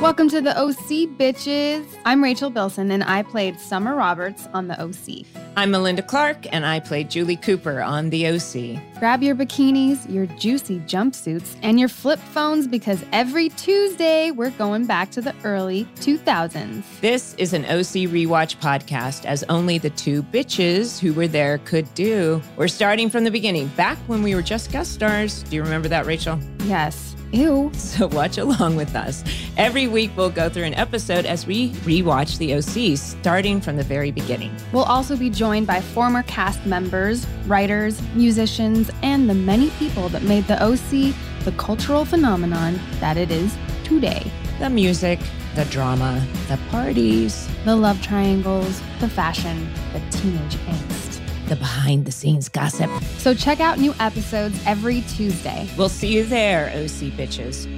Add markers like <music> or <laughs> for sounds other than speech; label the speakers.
Speaker 1: Welcome to the OC bitches. I'm Rachel Bilson and I played Summer Roberts on the OC.
Speaker 2: I'm Melinda Clark, and I play Julie Cooper on The OC.
Speaker 1: Grab your bikinis, your juicy jumpsuits, and your flip phones because every Tuesday we're going back to the early 2000s.
Speaker 2: This is an OC rewatch podcast, as only the two bitches who were there could do. We're starting from the beginning, back when we were just guest stars. Do you remember that, Rachel? <laughs>
Speaker 1: Yes. Ew.
Speaker 2: So watch along with us. Every week, we'll go through an episode as we rewatch The OC, starting from the very beginning.
Speaker 1: We'll also be joined by former cast members, writers, musicians, and the many people that made the OC the cultural phenomenon that it is today.
Speaker 2: The music, the drama, the parties,
Speaker 1: The love triangles, the fashion, the teenage angst.
Speaker 2: the behind the scenes gossip.
Speaker 1: So check out new episodes every Tuesday.
Speaker 2: We'll see you there, OC bitches.